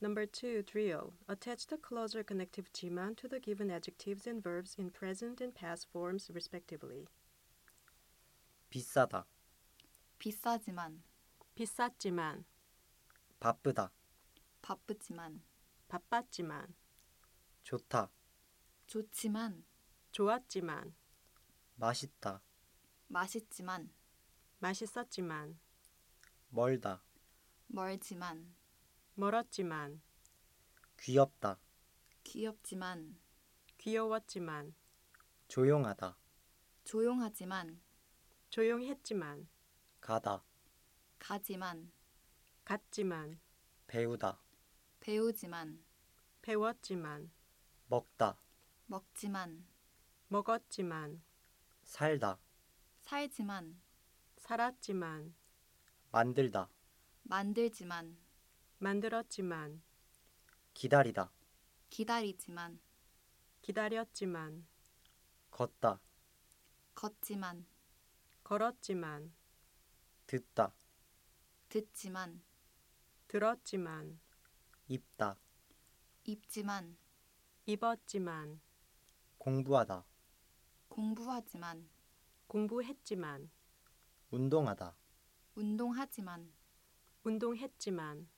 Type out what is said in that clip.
Number two, drill. Attach the clausal connective 지만 to the given adjectives and verbs in present and past forms respectively. 비싸다, 비싸지만 비쌌지만, 바쁘다, 바쁘지만 바빴지만, 좋다, 좋지만 좋았지만, 맛있다, 맛있지만 맛있었지만, 멀다, 멀지만 멀었지만, 귀엽다, 귀엽지만 귀여웠지만, 조용하다, 조용하지만 조용했지만, 가다, 가지만 갔지만, 배우다, 배우지만 배웠지만, 먹다, 먹지만 먹었지만, 살다, 살지만 살았지만, 만들다, 만들지만 만들었지만, 기다리다, 기다리지만 기다렸지만, 걷다, 걷지만 걸었지만, 듣다, 듣지만 들었지만, 입다, 입지만 입었지만, 공부하다, 공부하지만 공부했지만, 운동하다, 운동하지만 운동했지만,